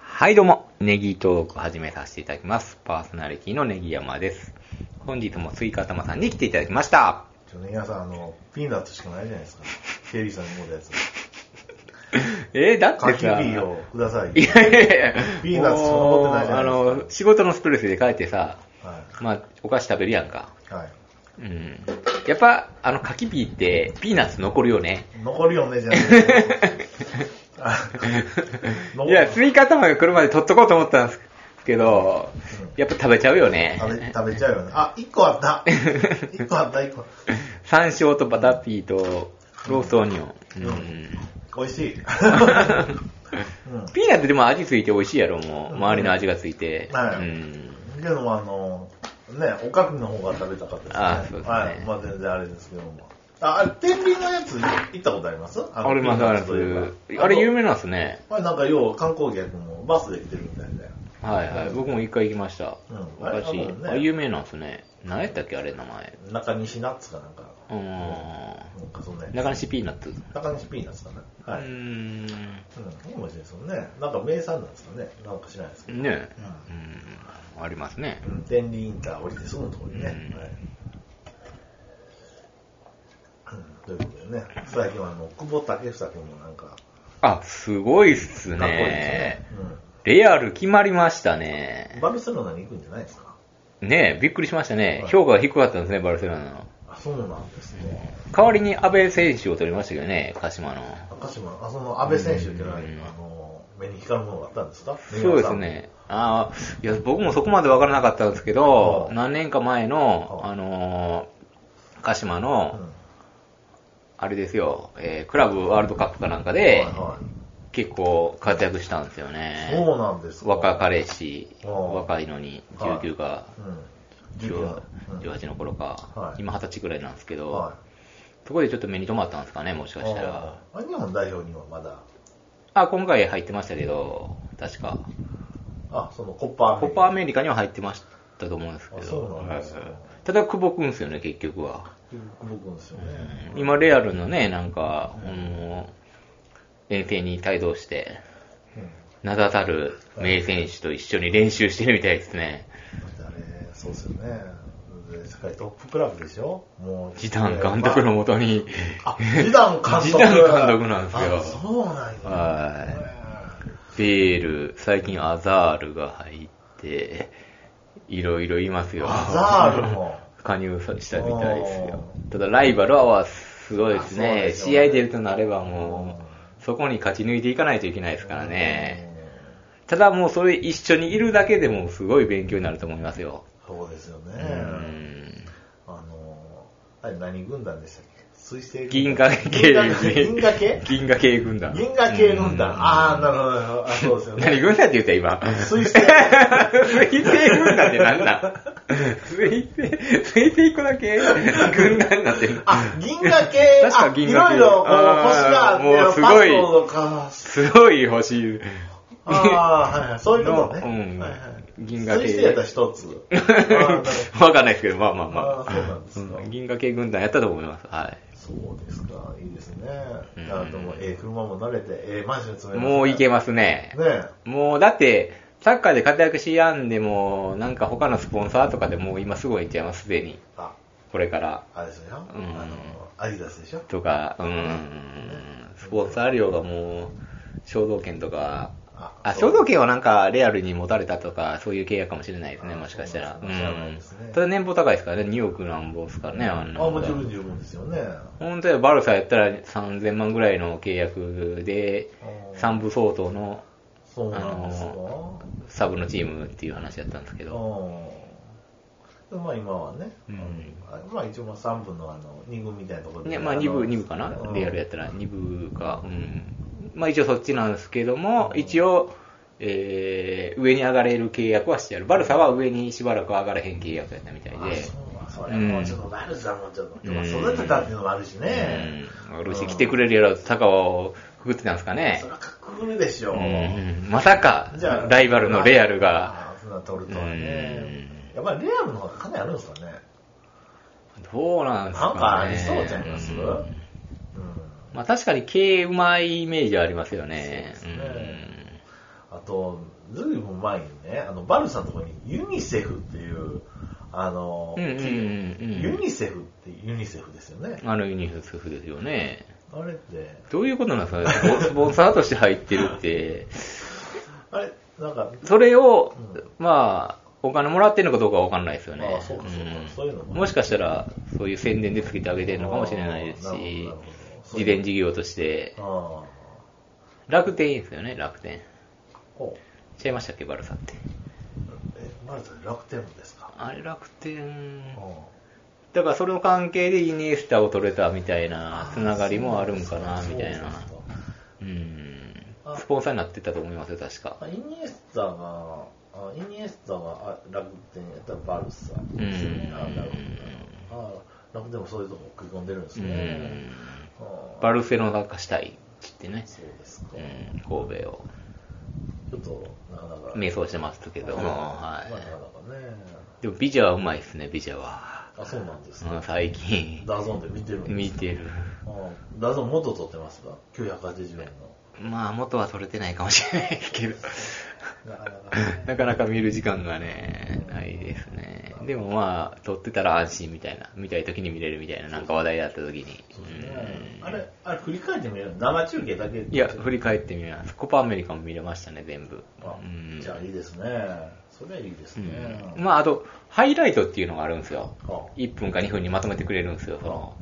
はいどうも、ネギトーク始めさせていただきます。パーソナリティのネギ山です。本日もスイカ頭さんに来ていただきました。 ちょっとね、皆さん、あの、ピーナッツしかないじゃないですか。ケリーさんにも らったやえー、だつ。カってキさ、ビーをください。いやいやいや、ピーナッツしか残ってないじゃないですかもうあの、仕事のストレスで帰ってさ、はまあ、お菓子食べるやんか。い。はい。うん。やっぱ、あの、柿ピーって、ピーナッツ残るよね。残るよね、じゃあ。あ残 いるや、スイカ頭が来るまで取っとこうと思ったんですけど、やっぱ食べちゃうよね。食べ、食べちゃうよね。あ、一個あった。一個あった、一個。山椒とバターピーとローストオニオン。うん。うん美味し い。うん。ピーナッツでも味ついて美味しいやろ、もう。周りの味がついて。はいうん。けども、あの、ね、おかきの方が食べたかったですね。あそうですねはい。まあ全然あれですけども。あ、あれ、天秤のやつ行ったことありますああれますあれますあれ有名なんですね。まあなんか要は観光客もバスで来てるみたいだよ。はいはい。僕も一回行きました。うんあれ昔多分。ねあ、有名なんですね。何やったっけ、あれ名前。中西ナッツかなんか。うー。なんかそんなんや中西ピーナッツ。つ。中西ピーナッツかな。はうい。うん。ー美味しいですよね。なんか名産なんですかね。なんか知らないですけど。ん。ねううん。ありますね。ん。天理インター降りてすぐのところにね。はい。うんうん。ということでね、最近はあの、久保建英君もなんか、かっあ、すごいっすこいいでね。すよね。レアル決まりましたうん。ね。バルセロナに行くんじゃないですか。ねえ、びっくりしましたね。はい評価が低かったんですね、バルセロナの。あ、そうなんですね。代わりに安倍選手を取りましたけどね、鹿島の。鹿島、あその安倍選手っていうのは、うんあの、目に光るものがあったんですかそうです。ね。ああ、いや、僕もそこまでわからなかったんですけど、うん何年か前の、うんあのー鹿島うの、ん。あれですよ、えークラブワールドカップかなんかではい、は結構活躍したんですよい、そね。うなんですか。若かれし、うん若いのに、はい19か、うん。 18 19 18の頃かは、い今20歳くらいなんですけうんどは、そこでちょっと目に留まったんですかね、もしい。かしたら。あ日本代表にはまだ、あ、今回入ってましたけど、確か。あ、そのコッパーコパアメリカには入ってましたと思うんですけあど。そうなんですよはいただ、久保くんですよね、結局は。僕ですよね。今、レアルのね、なんか、あの遠征に帯同して、うん。名だたる名選手と一緒に練習してるみたいですね。だってあれ、そうですよね。で世界トップクラブでしょもう。ジダン監督のもとに。あ、ジダン監督。ジダン監督なんですよあそうなんや。はベール、最近アザールが入って、いろいろいますいよ。アザールも。加入したみたいですよお。ただライバルはすごいですあそうね。でしょうね試合出るとなればもう、そこに勝ち抜いていかないといけないですからね。ただもうそれ一緒にいるだけでもすごい勉強になると思いますよ。うん。そうですよね。うん。あのー、あれ何軍団でしたっけ水星銀軍河団系銀河系 銀河系軍団。銀河系軍団。うんああ、なるほどなるほど。あそうですよ何ね。軍団って言った今。水星。水星軍団って何だ水星、水星子だけ軍団になってる。あ、銀河系。確か銀河系あいろいろ、こう、あー星があって、もうすごいパスワードか。すごい星。ああ、はいはい。そういうことね。のうんはいはい、銀河系水星やったら一つ。あーなるほどわかんないですけど、まあまあまあ。あーそうなんですかうん銀河系軍団やったと思います。はそうですか。いいですね。うんあともう、ええ車も慣れて、ええマンション住い。めますねもういけますね。ねえ。もうだって、サッカーで活躍しやんでも、なんか他のスポンサーとかでもう今すごい行っちゃいます、すでに。あ、これから。あれですよ。うんあの、アディダスでしょ。とか、うん。スポンサー料がもう、衝動権とか、ああ、衝動権はなんか、レアルに持たれたとか、そういう契約かもしれないですね、あもしかしたら。うそうなんんですね。ただ年俸高いですからね、2億なんぼですからね、あんなあ、もう十分十分ですよね。本当はバルサやったら3000万ぐらいの契約で、3部相当のそうなんですあか。のサブのチームっていう話だったんですけど、うんまあ今はね、うんあのまあ一応まあ3部のあの2軍みたいなところで。ね、まあの2部、二部かなう、んレアルやったら2部か、うん。まあ一応そっちなんですけども、一応、えー上に上がれる契約はしてある。バルサは上にしばらく上がれへん契約やったみたいあで、そうそれもうちょっとバルサもちょっと、要は育てたっていうのもあるしね。うん。俺し来てくれるやろ、高尾をくぐってたんですかねそ。れはかっこいいでしょ。ううんうん、まさか、ライバルのレアルが、。あそんな取るとはね。やっぱりレアルの方がかなりあるんですかね。どうなんですか、ね、なんかありそうちゃいますうんうんまあ確かに経営うまいイメージはありますよね。そうですねあと、ずいぶん前にね、あの、バルさんのところにユニセフっていう、あの、うんうんうんうんユニセフってユニセフですよね。あのユニセフですよね。あれって、どういうことなんですかねスポスポンサーとして入ってるって。あれ、なんか、それをうん、まあ、お金もらってるのかどうかは分かんないですよね。ああそうかそうかんそういうのももしかしたら、そういう宣伝でつけてあげてるのかもしれないですああなるほどしなるほど、そう事いう前事業として。あ楽天いいですよね、楽天。あ、こう。ちゃいましたっけ、バルサって。え、マルさん楽天部ですかあれ、楽天う。んだからその関係でイニエスタを取れたみたいな、つながりもあるんかな、みたいな。そうそうそううんあ。スポンサーになってたと思いますよ、確か。あイニエスタが、あイニエスタがあ楽天やったらバルサんですよね。あなるほどな。あ楽天もそういうとこ食い込んでるんですうねん。。あバルセロナ化したいって言ってね。そうですか。うん、神戸をちょっと、なかなか。迷走してますけども、はまあ、なかい。なかね。でも、ビジャはうまいですね、ビジャは。あ、そうなんですうんね。最近、ダゾーンで見てるんです見てる。うんダゾーン元取ってますか ?980円の。まあ、元は取れてないかもしれないですけど、 なかなかね。なかなか見る時間がね、ないですね。でもまあ、取ってたら安心みたいな、見たい時に見れるみたいな、なんか話題だった時に。そうですね。あれ、あれ振り返ってみる生中継だけいや、振り返ってみます。コパアメリカも見れましたね、全部。あうんじゃあいいですね。それはいいですね。うんまあ、あと、ハイライトっていうのがあるんですよ。あ1分か2分にまとめてくれるんですよ、その。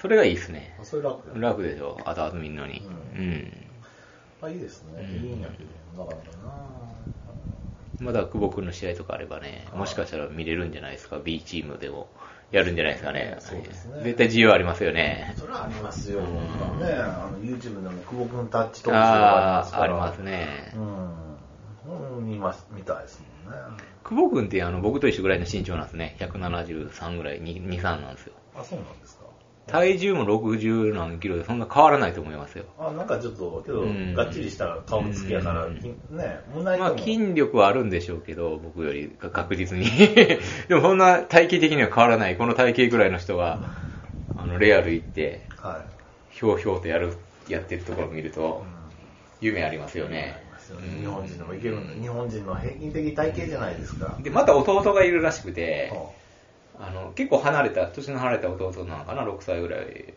それがいいですねあ、。それ楽だ。楽でしょ、後々見るのに。ううん。あ、いいですね。いいんやけど、なかなかな。まだ久保君の試合とかあればね、もしかしたら見れるんじゃないですか、B チームでもやるんじゃないですかね。そうですね絶対自由ありますよね。それはありますよ。ね、あの YouTube でも久保君タッチとあかあ、あります。ね。うん。うん、見ます、見たいですもんね。久保君ってあの僕と一緒ぐらいの身長なんですね。173ぐらい、2、2 3なんですよ。あ、そうなんですか。体重も60何キロでそんな変わらないと思いますよ。あ、なんかちょっと、けど、うんがっちりした顔つきやから、うんきね、胸板まもあ、筋力はあるんでしょうけど、僕よりが確実に。 でもそんな体型的には変わらない。この体型ぐらいの人が、あの、レアル行って、はい。ひょうひょうとやる、やってるところを見るとうん、夢ありますよねあり。ますよね日本人でもいけるんだ。日本人の平均的体型じゃないですか。で、また弟がいるらしくて、はあの、結構離れた、年の離れた弟なのかな、6歳ぐらい。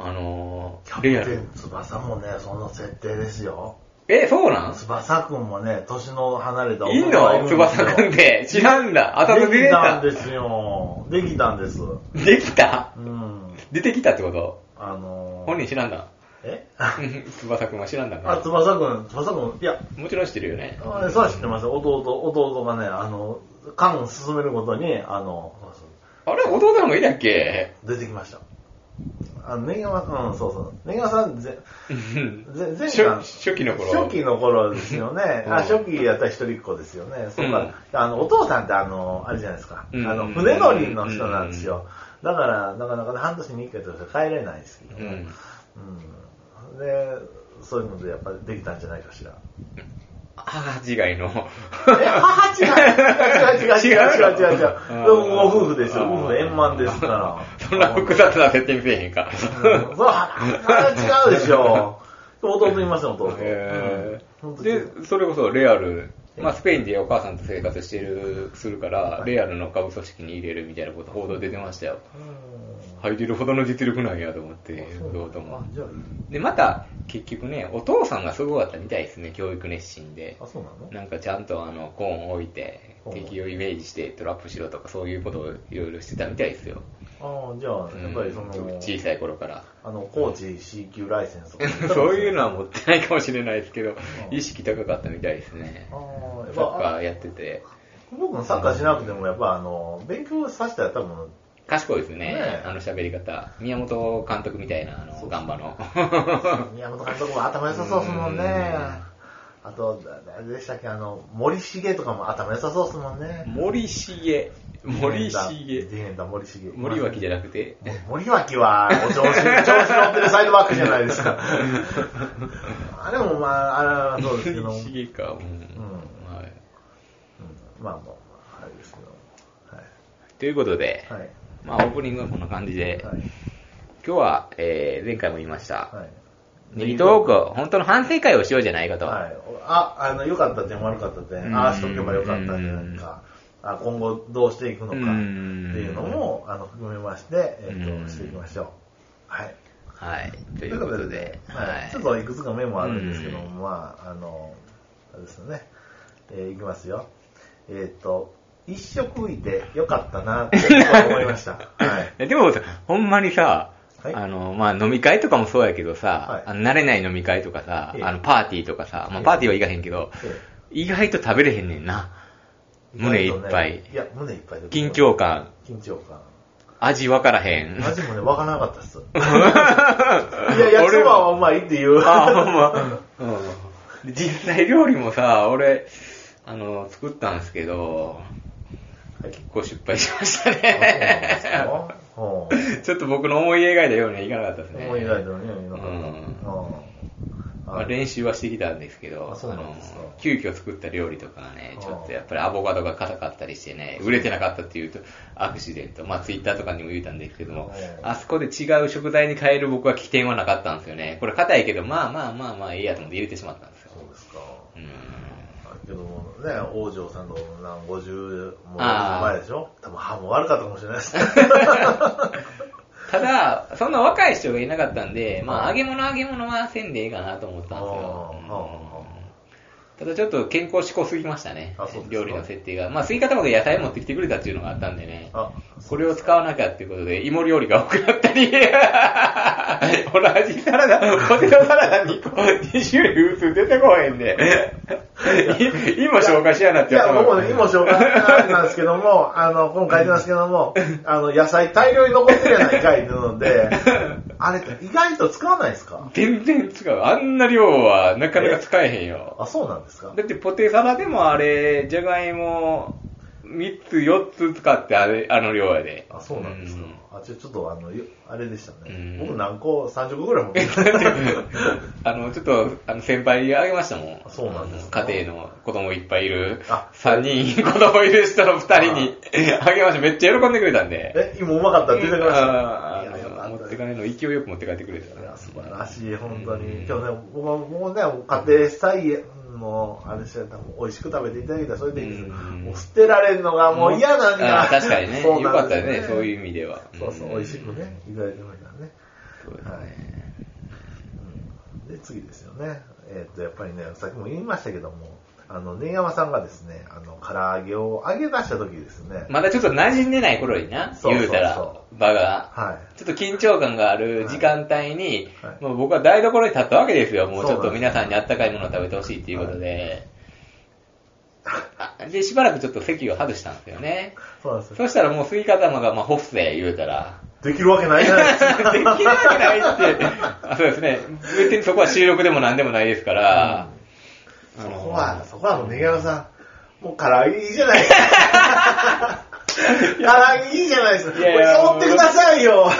あのキャ、レアプテルン。翼もね、その設定ですよ。え、そうなん翼くんもね、年の離れたいんがいるのんですよ翼くんって。知らんだ。当たってで出きてたた。んですよ。できたんです。うできたん。出てきたってことあのー、本人知らんだ。 え 翼くんは知らんだあ、か翼くん、翼くん、いや、もちろん知ってるよね。あれそうは知ってますよ。弟、弟がね、あの、缶を進めるごとに、あの、そうそうあれ、弟の方がいいだっ け出てきました。あの、ネギマ、うん、そうそう。ネギマさん、ぜ、ぜ、前初回初期の頃。初期の頃ですよね。うんあ初期やったら一人っ子ですよね。そうか、あの、お父さんってあの、あれじゃないですか。うんあの、船乗りの人なんですよ。だから、なかなかね半年に一回とかしか帰れないですけどうねん。。うん。で、そういうのでやっぱりできたんじゃないかしら。母違いの。え母違う違う違う違う違う違う違う違うでもご夫婦ですよ。あー夫婦円満ですから。 そんな複雑な設定せえへんか。うんそう、は違うでしょ。弟いますよ、弟。へうんーで、それこそレアル、まあ、スペインでお母さんと生活してる、するから、レアルの下部組織に入れるみたいなこと報道出てましたよ。うん入れるほどの実力なんやと思って、そう弟も。じゃあいいで、また、結局ね、お父さんがすごかったみたいですね、教育熱心で。あ、そうなのなんかちゃんとあのコーンを置いてコーン敵をイメージしてトラップしろとかそういうことをいろいろしてたみたいですよ、ああ、じゃあ、やっぱりその、うん小さい頃 からあの、コーチ C 級ライセンスとか。そういうのは持ってないかもしれないですけどうん意識高かったみたいですねああ、やっサッカぱ、ーやってて僕もサッカーしなくても、やっぱ、あの、勉強させたら多分、賢いですねねえあの喋り方宮本監督みたいなあのそうガンバ の宮本監督も頭良さそうですもんねうん。あと、だ誰でしたっけ、あの、森重とかも頭良さそうですもんね。森重森ディ重フェンダー森重。森脇じゃなくても森脇は、お調子、調子乗ってるサイドバックじゃないです か。あれも、まあ、あれはそうですけど、うん、森重かうん、んはい、まあ、もう、あれですけど。はい。ということで、はい。まあ、オープニングはこんな感じで、はい。今日は、えー前回も言いました、はい。ネギトークを、本当の反省会をしようじゃないかと。はい。あ、あの、良かった点、悪かったう点、んああしとけば良かった点か、あ今後どうしていくのか、ってうんいうのも、あの、含めまして、えうっんと、していきましょう。はい。はい。ということで、はい。ちょっはといくつかメモあるんですけども、うまあ、あの、あれですよね。えーいきますよ。えっ、と、一食いて良かったなって思い ました。はい。い。でも、ほんまにさ、はいあの、まあ、飲み会とかもそうやけどさは、いあの慣れない飲み会とかさえ、えあの、パーティーとかさ、まあ、パーティーは行かへんけど、え意外と食べれへんねんな。ー胸いっぱい意外とねいや、胸いっぱいで緊張感、緊張感。味わからへん。味もね、わからなかったっす。いや、焼きそばはうまいっていう。あほんま。うん。実際料理もさ、俺、あの、作ったんですけど、結構失敗しましたね。 そうなんですかちょっと僕の思い描いたようにはいかなかったですうんね。思い描いたのに、うなんかん。うんまあ、練習はしてきたんですけど、あそうなんですかあの急遽作った料理とかがね、あーちょっとやっぱりアボカドが硬かったりしてね、売れてなかったっていうとアクシデント、まあツイッターとかにも言うたんですけども、あーあそこで違う食材に変える僕は起点はなかったんですよね。これ硬いけど、まあまあまあまあいいやと思って入れてしまったんですよ。そうですか。うんだけどもね、王城さんのなん50もうあー前でしょ多分歯も悪かったかもしれな いですね。ただ、そんな若い人がいなかったんで、まああ揚ーげ物揚げ物はせんでいいかなと思ったんですよあ。ーうんあただちょっと健康志向すぎましたねあそうです。か料理の設定が。まあ、スイカ卵で野菜持ってきてくれたっていうのがあったんでね。あ、これを使わなきゃっていうことで、芋料理が多くなった り、ほら、味サラダ、ポテトサラダにこう、2種類普通出てこへんで、い 今紹介しやなっいてや、頭僕もね、今紹介なんですけども、 あの、今回なんですけども、あの、野菜大量に残ってるやないかいっていうの で、あれって意外と使わないですか全然使う。あんな量はなかなか使えへんよ。あ、そうなんですかだってポテサラでもあれ、じゃがいも3つ4つ使ってあれ、あの量や で。あ、そうなんですか。あ、ちょ、ちょっとあの、よあれでしたね。うん僕何個、30個ぐらい持ってた。あの、ちょっと、あの、先輩にあげましたもん。あそうなんですあかの家庭の子供いっぱいいる。あ3人、 子供いる人の2人にあげました。めっちゃ喜んでくれたんで。 え、今うまかったって言ってくれました。あいや、よーかあの持っったてかねの勢いよく持って帰ってくれたいや、素晴らしい、本当うんに。今日ね、僕はもうね、家庭菜園の、あれしてたら、美味しく食べていただいたらそれでいいんですけどうんもう捨てられるのがもう嫌なんだ。あー確かにね。そうよなかんっでたすね、そういう意味では。そうそう、ん美味しくね、いただいてましたね。そうですねはいうんで、次ですよね。えっ、と、やっぱりね、さっきも言いましたけども、あの、根山さんがですね、あの、唐揚げを揚げ出した時ですね、まだちょっと馴染んでない頃にな、そうそう言そううたら、場が。はい。 ちょっと緊張感がある時間帯に、はいはいもう僕は台所に立ったわけですよ。もうちょっそうとなん皆ですさんにあったかいものを食べてほしいっていうことで。あで、しばらくちょっと席を外したんですよね。そうなんですよ。そしたらもうスイカ玉が、まあ、ホフセ言うた ら、できるわけないじゃないです できか。るわけないって。あそうですね。別にそこは収録でも何でもないですから。そあのこは、そこはもう根山さん、もう唐揚げいいじゃないですか。 唐揚げいいじゃないですか。こいやいやれ持ってくださ いよ。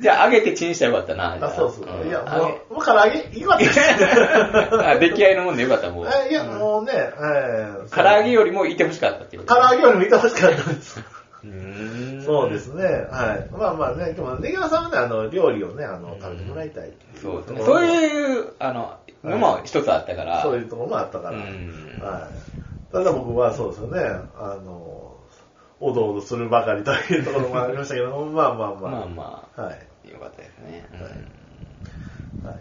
じゃあ、揚げてチンしたらよかったな。じゃあ、そうそう。いや、ん揚もう、もう唐揚げいいわけですね。 げあ出来合いのもんでよかった、もう。えいや、もうね、えー唐揚げよりもいてほしかったっていうこ唐と。揚げよりもいてほしかったです。うーんそうですね。はい。まあまあね、でも、根川さんはね、あの、料理をね、あの、食べてもらいたいっていそうですね。とこそろうもいう、あの、のも一つあったから。そういうところもあったから。うんはい。ただ僕はそうですよね、あの、おどおどするばかりというところもありましたけ ど、まあまあまあ。まあまはい。あ、よかったですね。うんはいはい。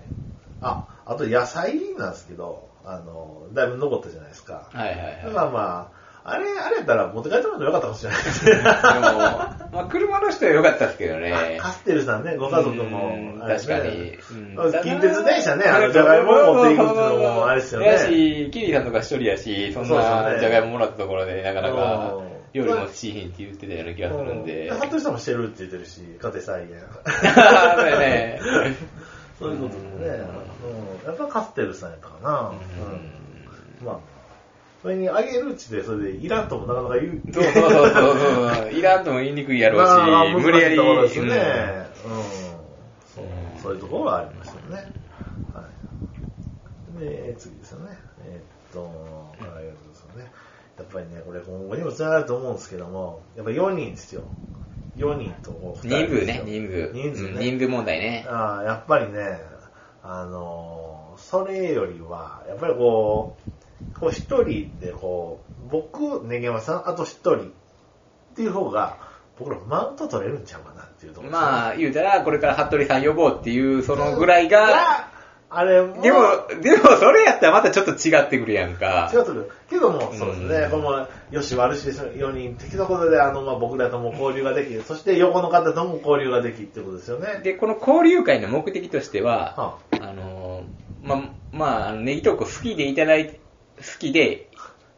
あ、あと野菜なんですけど、あの、だいぶ残ったじゃないですか。はいはいはい。まあまあ、あれ、あれやったら持って帰ってもらってもよかったかもしれないですね。でも、まあ、車の人は良かったですけどね。 カステルさんね、ご家族もうん。あれね確かに。あ近鉄電車ね、あの、じゃがいもを持っていくっていうのもあれですよね。やし、キリさんとか一人やし、そんそうですよな、ねじゃがいももらったところで、なかなかうん、料理もしひんって言ってたような気がするんで。 うん、服部さんもしてるって言ってるし、家庭菜園。そうやね。そういうことでね、うんやっぱカステルさんやったかな。うんまあ、それにあげるうちで、それでいらんともなかなか言う。そうそうそうそうそう。いらんとも言いにくいやろまあうし、無理やり。難しいところですね。うんうん。そう、そういうところはありましたね。はい。で、次ですよね。えーっと、ありがとうですよね。やっぱりね、これ今後にもつながると思うんですけども、やっぱ4人ですよ。4人と2人人数ですね人よ、数。人数うんね。人数問題ね。ああ、やっぱりね、あのーそれよりは、やっぱりこう、こう一人でこう、僕、ねげまさん、あと一人っていう方が、僕らマウント取れるんちゃうかなっていうところですね、まあ、言うたら、これから服部さん呼ぼうっていう、そのぐらいが、あれも、でも、でもそれやったらまたちょっと違ってくるやんか違。うとる。けども、そうですうねん。この、よし悪しで4人的なことで、あの、まあ、僕らとも交流ができ、そして横の方とも交流ができってことですよね。で、この交流会の目的としては、はあのー、ま、まああの、ネギトーク好きでいただい、好きで、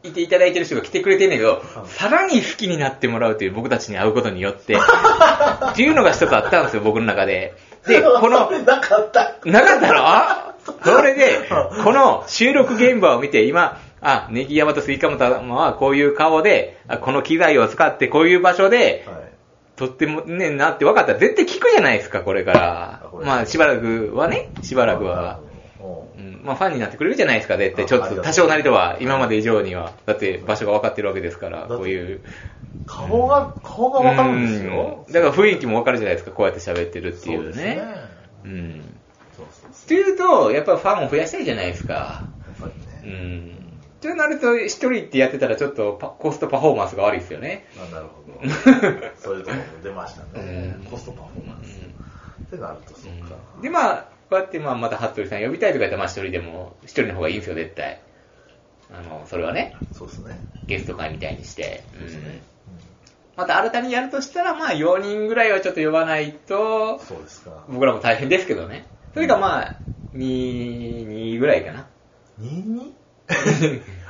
いていただいてる人が来てくれてんねんけど、んさらに好きになってもらうという僕たちに会うことによって、っていうのが一つあったんですよ、僕の中で。 で、この、なかった。なかったろそれで、この収録現場を見て、今、あ、ネギ山とスイカマタはこういう顔で、あこの機材を使ってこういう場所で、はい。とってもねんなって分かったら絶対聞くじゃないですか、これからあ。これまあ、しばらくはね、しばらくは。うん。うん、まあ、ファンになってくれるじゃないですか、絶対。あちょあっりと、がと多う少なりとは、今まで以上には。だって、場所が分かってるわけですから、だってこういう。顔が、顔がわかるんですようん。だから、雰囲気も分かるじゃないですか、こうやって喋ってるってそいううですねね。。うん。そうそうそというと、やっぱファンを増やしたいじゃないですか。う。やっぱうりね。ん。となると、一人ってやってたらちょっとパコストパフォーマンスが悪いですよね。まあ、なるほ ど。そういうところも出ましたねうん。コストパフォーマンス。ってなると、そうか。で、まあ、こうやってまあまた服部さん呼びたいとか言ったら、まあ一人でも、一人の方がいいんですよ、絶対。あの、それはね、そうですね。ゲスト会みたいにして。うそうですんね。また新たにやるとしたら、まあ4人ぐらいはちょっと呼ばないうんと、そうですか。僕らも大変ですけどね。それがまあ、2、2ぐらいかな。 22?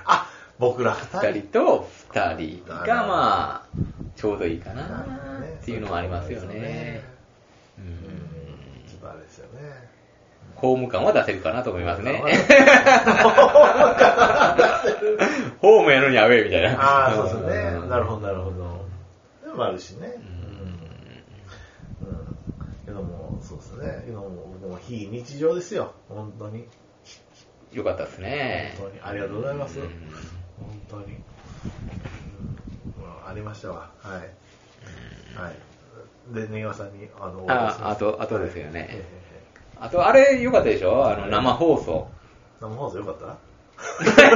あ、僕ら二人2人と2人がまあ、ちょうどいいかなっていうのはありますよね。ううんんちょっとあれですよね。 ホーム感は出せるかなと思いますねホー。 ホームやのにアウェイみたいな。ああ、そうですね。なるほほど、なるほど。でもあるしね。うん。うん。けども、そうですね。けども、僕も非日常ですよ。本当に。ど。よかったですね。本当に。ありがとうございます。うん本当に。うんまあありましたわ。はい。はい。で、ネガさんに、あの、お渡ししあ、まあすと、あとですよえええね。えあと、あれ、よかったでしょあの、生放 送。生放送よかったえ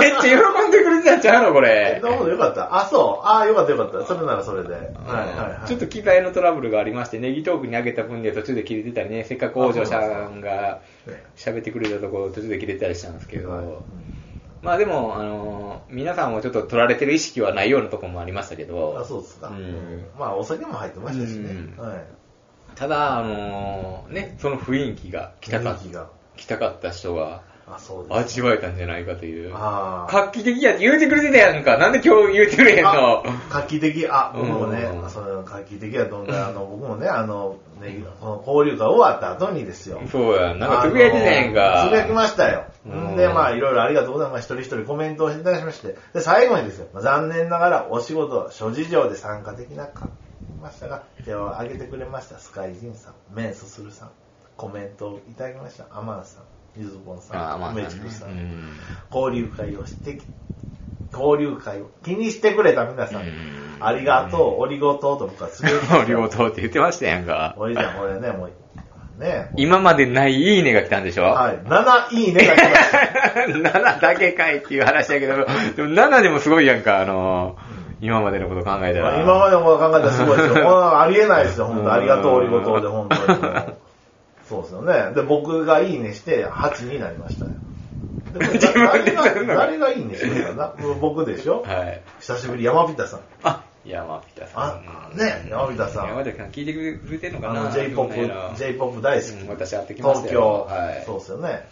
めっちゃ喜んでくれてたんちゃうのこえれ。生放送よかったあ、そう。ああ、よかったよかった。それならそれで。はいはいはい。ちょっと機材のトラブルがありまして、ネギトークにあげた分で途中で切れてたりね、せっかく王女さんがね、喋ってくれたところ途中で切れてたりしたんですけど、はいまあでも、あのー皆さんもちょっと取られてる意識はないようなところもありましたけど、あ、そうですか。んまあ、お酒も入ってましたしねうん。はい。ただ、あのーね、その雰囲気が来たか雰囲気が来たかった人があ、そうです。味わえたんじゃないかという。あー画期的やって言うてくれてたやんか。なんで今日言うてくれへんのあ画期的、あ、僕もねう、んその画期的やと思ったら、あの、僕もね、あの、ね、この交流が終わった後にですよ。そうやん。なんかつぶやいてたやんか。あのつぶやきましたよ。うんで、まあ、いろいろありがとうございます。一人一人コメントをいただきまして。で、最後にですよ。まあ残念ながら、お仕事、諸事情で参加できなかったましたが、手を挙げてくれました。スカイジンさん、メンソスルさん、コメントをいただきました。アマンさん、ゆずぼんあさあ、まあ、ん、梅地区さ、うんん。交流会をしてき、交流会を気にしてくれた皆さんうん、ありがとう、おりごとうと僕 はつぶやきました。両方って言ってましたやんか。おりちゃん、これね、もう、ね、今までないいいねが来たんでしょ はい、7いいねが来ました。 7だけかいっていう話やけど、でも7でもすごいやんか、あの、今までのこと考えたまあら。今までのこと考えたらすごいですよ。こ んなのありえないですよ、本うん当ありがとう、おりごとうで、本当にもう。そうですよね。で、僕がいいねして、8になりましたよ。でこ れ自分で誰がやるの誰がいいねしてるかな僕でしょはい。久しぶり、山タさん。あ、山北さあん。ね山北さん山北さん聞いてくれてんのあかなの J-POP どんなやら、 J-POP 大好きうん。私会ってきました東よ京はい。そうですよね。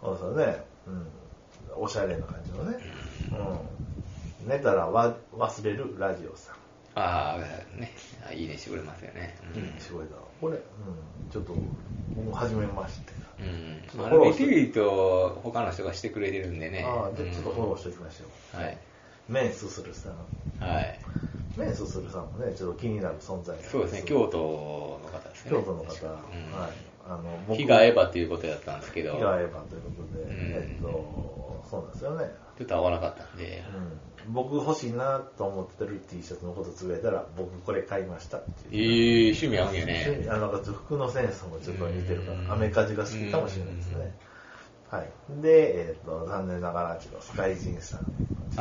そうですよね。うん。おしゃれな感じのね。うん。寝たらわ忘れるラジオさん。ああ、ね。あいいねしてくれますよね。すごいな。これ、うん、ちょっと、僕も初めまして。うん。ちうょん。あっとフォロの、ビーしてビリと他の人がしてくれてるんでね。ああ、じゃあちょっとフォローししておきましょう。て。はい。メンスするさん。はい。メンスするさんもね、ちょっと気になる存在そうですね、京都の方ですね。京都の方、うんはい。あの、日が合えば。ばということだったんですけ日ど。が合えばということで、うんえっと、そうなんですよね。ちょっと合わなかったんで、うん、僕欲しいなと思ってる T シャツのことつぶやいたら、僕これ買いましたっていう。いい趣味合うんよね。あの服のセンスもちょっと似てるかうんら、アメカジが好きかもしれないですうんね。はい。で、えっ、と、残念ながら、ちょっとスカイジンさん。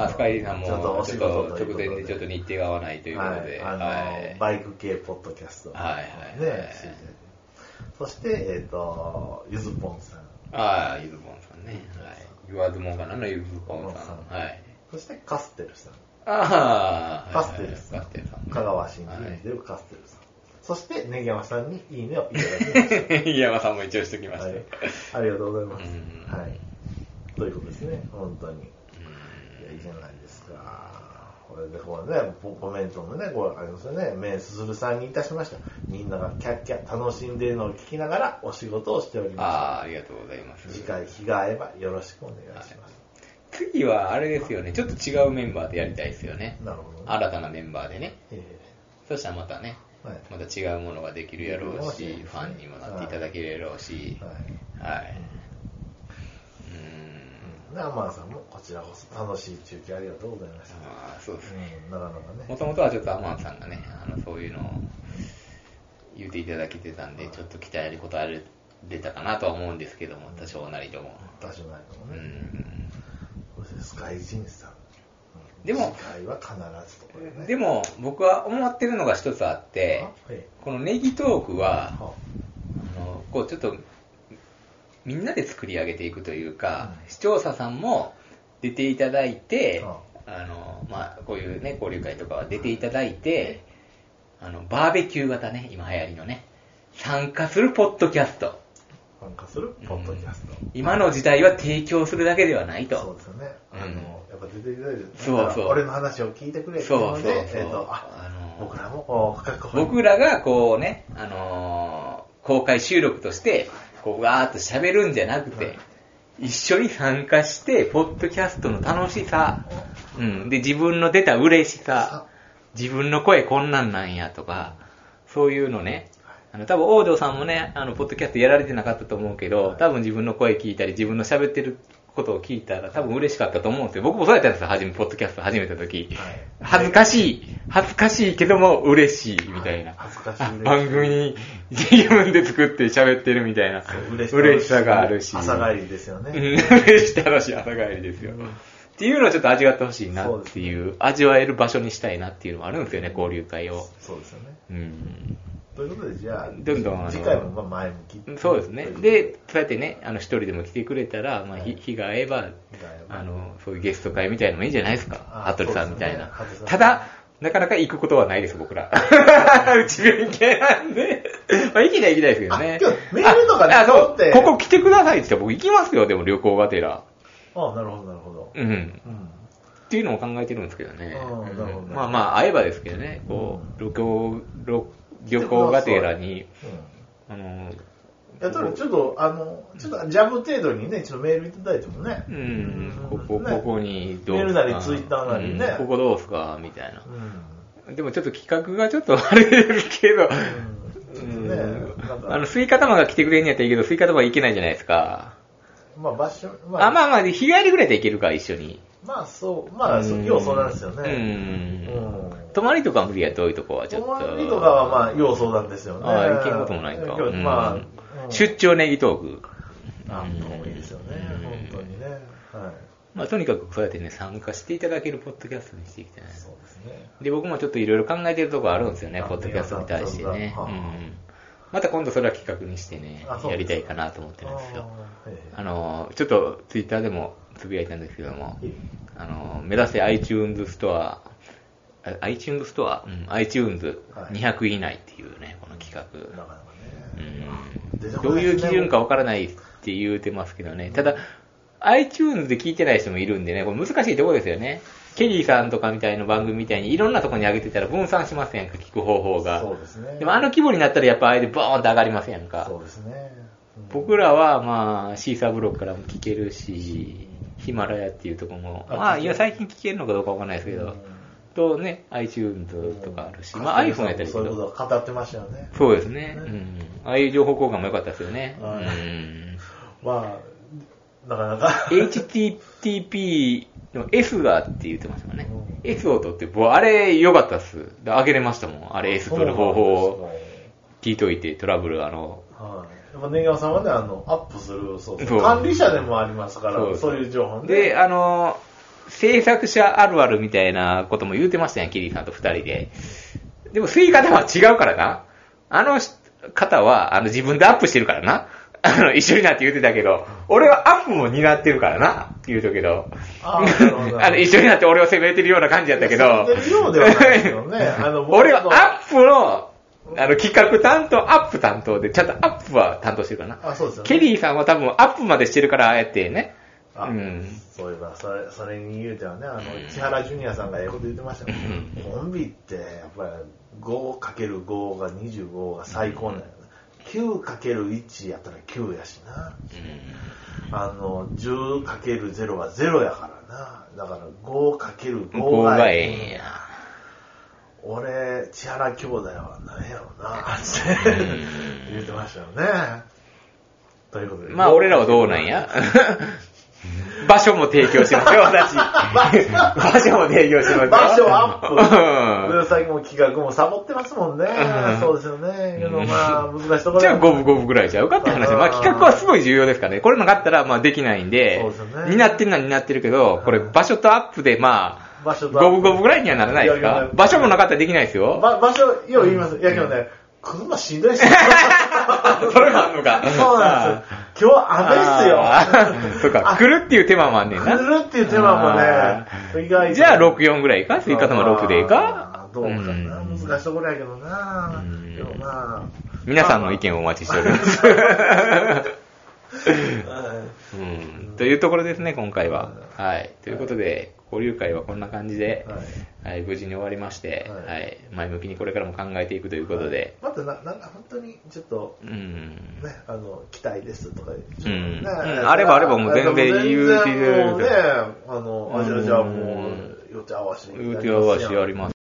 あ、スカイさんも、ちちょょっっととおお仕仕事事直ということで前でちょっと日程が合わないということで、はい、あの、はい。バイク系ポッドキャスト。はいはいはいね、そして、えっ、と、ゆずぽんさん。ああ、ゆずぽんさんね。はい。言わずもんかなのゆずぽんさん。はい。そして、カステルさん。ああ、カステルさん。カステルさん。香川新は聞に出いるカステルさん。そして、ネギヤマさんにいいねをいただきまし 飯山さんも一応しときまた。しはた。い。 ありがとうございます。うんはい。ということですね、本当に。うんいや、いいじゃないですか。これでこうね、ココメントもね、こうありますよね。メンスズルさんにいたしました。みんながキャッキャ楽しんでいるのを聞きながらお仕事をしておりあま。あ、ありがとうございますす。次回日が合えばよろしくお願いします。次はあれですよね、ちょっと違うメンバーでやりたいですよね。なるほどね。新たなメンバーでね。えそしたらまたね、えはい。また違うものができるやろうできし、るフかもしれなァンにもいですねなっていただけるやろうし、はい。はい。うん。で、アマンさんもこちらこそ楽しい中継ありがとうございましうーたん、。まあ、そうですね。うん、なかなかもね。ともとはちょっとアマンさんがね、あのそういうのを言っていただけてたんで、ちょっと期待あることある出たかなとは思うんですけども、多少なりとも。多少ないのうもね。んそしてスカイジンさん。うんでも次回は必ずとこれね。でも僕は思ってるのが一つあっあ、ては、い。このネギトークは、はあのこうちょっとみんなで作り上げていくというか、うん視聴者さんも出ていただいて、はあのまあ、こういう、ね、交流会とかは出ていただいて、あのバーベキュー型ね今流行りのね参加するポッドキャスト参加するポッドキャスト。今の時代は提供するだけではないそうとですよね。うんあの、やっぱ出ていただいて、そうそう俺の話を聞いてくれっていうので、そうそうそうえっ、と、あ、あの僕らもこう確保に僕らがこうね、あのー公開収録として、こう、わーっと喋るんじゃなくて、一緒に参加して、ポッドキャストの楽しさ、うん、で、自分の出た嬉しささ、自分の声こんなんなんやとか、そういうのね、あの、多分、王道さんもね、あの、ポッドキャストやられてなかったと思うけど、多分自分の声聞いたり、自分の喋ってることを聞いたら、多分嬉しかったと思うんですよ。僕もそうやったんですよ、初め、ポッドキャスト始めた時。はい恥ずかしい、恥ずかしいけども嬉しい、みたいな。恥ずかしい嬉しい番組に自分で作って喋ってるみたいな。嬉しさがあるし。朝帰りですようんね。嬉しさがあるし、朝帰りですよ。っていうのをちょっと味わってほしいなっていう、味わえる場所にしたいなっていうのもあるんですよね、交流会を。そうですよね。うん。ということで、じゃあ、どんどんあの次回もまあ前向き。そうですね。で、、そうやってね、あの、一人でも来てくれたら、まあ、は日い日が合えば、ああの、の、そういうゲスト会みたいなのもいいんじゃないですか。あハトルさんみたいな。そうですねただ、なかなか行くことはないです、僕 ら。うち弁慶なんで。まあ、行きたい行きたいですけどねあ。今日メールとかねああそう取ってここ来てくださいって言ったら僕行きますよ、でも旅行がてら。あなるほど、なるほど。うん。うん。っていうのも考えてるんですけどね。あーなるほどうんまあまあ、会えばですけどね、こう、旅行、旅旅行がてらに、あの、うん。いや、ただちょっと、あの、ちょっとジャブ程度にね、一応メールいただいてもね。ううんんここ、ねここにどうメールなりツイッターなりねうんここどうすかみたいなう。ん。でもちょっと企画がちょっと悪いけど、うん。ちょっとうんね、なんあの、か、スイカ玉が来てくれんやったらいいけど、スイカ玉行けないじゃないですか。まあ場所、まあ、まあまあ、日帰りぐらいで行けるか、一緒に。まあそう、まあ、そう要素なんですよね。ううん。ん。泊まりとかは無理や、遠いとこはちょっと。泊まりとかはまあ、要相談ですよね。ああ、行けんこともないか。う今日まんあ、うん出張ネギトーク。あもういいですよねうん、本当にね。はい。まあ、とにかくそうやってね、参加していただけるポッドキャストにしていきたいな。そうですね。で、僕もちょっといろいろ考えてるところあるんですよね、あポッドキャストに対してね。うはあん、また今度それは企画にしてねあ、そうやりたいかなと思ってるんですよ。あーええあの、ちょっとツイッターでもつぶやいたんですけどもええ、あの、目指せ iTunes ストア、あ iTunes ストア、うん、はい iTunes200 以内っていうね、この企画。なかなかうね。出てんこどうないいですねう基準かわからないって言うてますけどね。ただ、iTunes で聞いてない人もいるんでね、これ難しいとこですよね。ケリーさんとかみたいな番組みたいにいろんなとこに上げてたら分散しませんか、聞く方法が。そうですね。でもあの規模になったらやっぱあれでボーンと上がりませんか。そうですね。うん僕らはまあ、シーサーブロックからも聞けるし、ヒマラヤっていうとこも、あまあ、聞けるいや、最近聞けるのかどうかわかんないですけうどん、とね、iTunes とかあるし、まあカス iPhone テやラさんもったりすそうるいうこと語ってましたよね。そうですね。うねん。ああいう情報交換も良かったですよね。うはいん。まあ、なかなか。 HTTP HTP の S がって言ってましたもんねうん。 S を取って、僕あれ良かったっす。で上げれましたもん。あれ S 取る方法そうをなんですね聞いといて、トラブル、あの、はい。やっぱネギワさんはね、あの、アップする、そうそう管理者でもありますから、そそうでうすいう情報ね。で、あの、制作者あるあるみたいなことも言うてましたね、キリーさんと二人で。でも吸い方は違うからな。あのし方は、あの自分でアップしてるからな。あの、一緒になって言ってたけど、俺はアップも担ってるからな、って言うとけど。あーなるほどあの、一緒になって俺を責めてるような感じやったけど。責めてるようではないけど ねあの僕の俺はアップの、あの、企画担当、アップ担当で、ちゃんとアップは担当してるかな。あ、そうですよね。ケリーさんは多分アップまでしてるから、ああやってね。あうん。そういえば、それ、それに言うてはね、あの、千原ジュニアさんがええこと言ってましたけど、コンビって、やっぱり 5×5 が25が最高なんやな。9×1 やったら9やしな。あの、10×0 は0やからな。だから 5×5 こうががええええんや。俺、千原兄弟は何やろうな、って言ってましたよね。ということで。まあ、俺らはどうなん や場所も提供しますよ、 私。場所も提供しますよ。場所アうんップ。最近も企画もサボってますもんねうん。そうですよね。けどまあ、難しいところじゃあ五分分五分ぐらいちゃうかって話。まあ企画はすごい重要ですからね。これなかったらまあできないんでそうですよ、ね担ってるのは担ってるけど、これ場所とアップでまあ、場所五とアッ分プ五分ぐらいにはならないですいやいやいかや場所もなかったらできないですよ。ま、場所、よう言います。いやけどね、車しんどい っすよそれがあんのか。そうなんですよ。今あ日雨っーすよ。 そうか、来るっていう手間もあんねん来な。るっていう手間もね、意外とじゃあ6、4ぐらいか追加玉6でいいあかーどうかな。うん難しいところやけどなうん。でもまあ。皆さんの意見をお待ちしており ます。うんうんというところですね、今回は。はい。ということで、交流会はこんな感じで、はいはい、無事に終わりまして、はいはい、前向きにこれからも考えていくということで、またな、なんか本当にちょっと、うん。ね、あの、期待ですとか言っうて、んねうんあればあればもう全然言うてるもうね、あの、あじゃあじゃあもう、予定合わせにうてはわしやります。